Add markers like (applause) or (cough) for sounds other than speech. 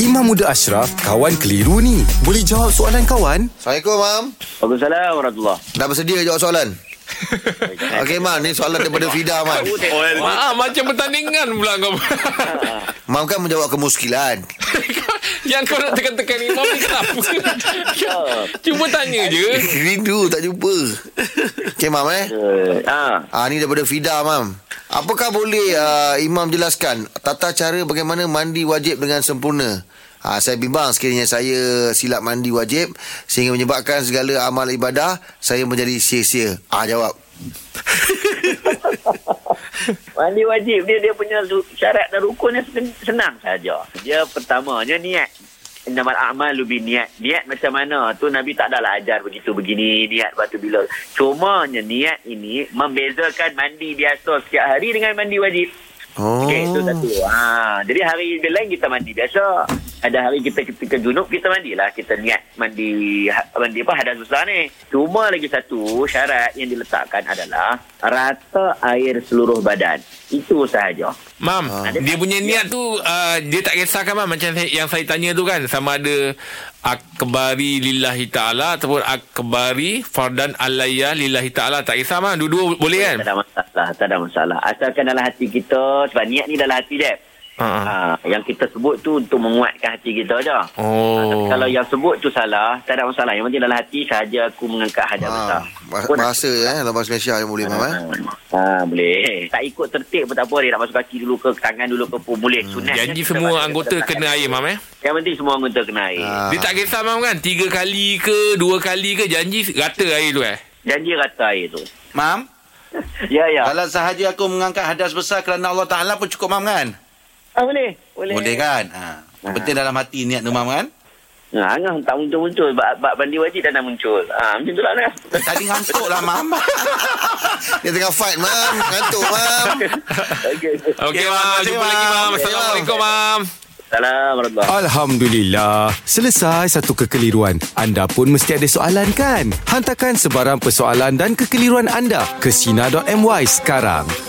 Imam Muda Ashraf, kawan keliru ni. Boleh jawab soalan kawan? Assalamualaikum, Mam. Waalaikumsalam warahmatullahi Dah bersedia jawab soalan? Okey, Mam. Ni soalan daripada Fida, Mam. Maaf Ah, macam pertandingan pula kau. Mam kan menjawab kemuskilan. (laughs) Yang kau nak tekan-tekan imam ni kenapa? Cuba tanya je. Rindu tak jumpa. Okey, Mam eh. Eh, Ah, Ah, ni daripada Fida, Mam. Apakah boleh uh, Imam jelaskan tata cara bagaimana mandi wajib dengan sempurna? Ha, saya bimbang sekiranya saya silap mandi wajib sehingga menyebabkan segala amal ibadah saya menjadi sia-sia. Ah jawab. mandi wajib dia dia punya su- syarat dan rukunnya sen- senang saja. Dia pertamanya niat. Innamal a'malu bi niat. Niat macam mana? Tu Nabi tak adalah ajar begitu begini niat batu bila. Cumanya niat ini membezakan mandi biasa setiap hari dengan mandi wajib. Oh. Okey, itu satu. Ha, jadi hari dia lain kita mandi biasa. Ada hari kita ketika junub kita mandilah, kita niat mandi ha- mandi apa hadas besar ni. Cuma lagi satu syarat yang diletakkan adalah rata air seluruh badan. Itu sahaja. Mam, Ah. dia punya niat tu uh, dia tak kisahkan mam macam saya, yang saya tanya tu kan sama ada akbari lillahi taala ataupun akbari fardan alayya lillahi taala tak kisah mam dua-dua boleh kan? Tak ada masalah, tak ada masalah. Asalkan dalam hati kita sebab niat ni dalam hati dia. Ha, ha. Ha, yang kita sebut tu untuk menguatkan hati kita je. Oh. Kalau yang sebut tu salah, tak ada masalah. Yang penting dalam hati sahaja aku mengangkat hadas Ah, besar. bah- Pun- bahasa eh dalam bahasa Malaysia yang boleh, Mam eh. Ha, boleh. Tak ikut tertib pun tak apa. Dia nak masuk kaki dulu ke tangan dulu ke pun boleh. Sunat. Hmm. Janji semua anggota kena air mam eh. Yang penting semua anggota kena air. Ah. Dia tak kisah mam kan tiga kali ke dua kali ke janji rata air tu eh. Janji rata air tu. Mam, Ya, ya. kalau sahaja aku mengangkat hadas besar kerana Allah Ta'ala pun cukup, Mam kan? Ah, boleh. Boleh. Boleh kan? Ha. Yang Penting dalam hati niat tu, Mam (laughs) kan? Ha, angah tak muncul-muncul. Bak, bak mandi wajib dah nak muncul. Ha, macam tu lah (laughs) Angah. Tadi ngantuk lah, Mam. Dia tengah fight, Mam. Ngantuk, Mam. Okey. Okey Okey, mam, Mam. jumpa Okey, lagi Mam. mam. Okey, Mam. Assalamualaikum mam. Assalamualaikum. Alhamdulillah. Selesai satu kekeliruan. Anda pun mesti ada soalan kan? Hantarkan sebarang persoalan dan kekeliruan anda ke Sina.my sekarang.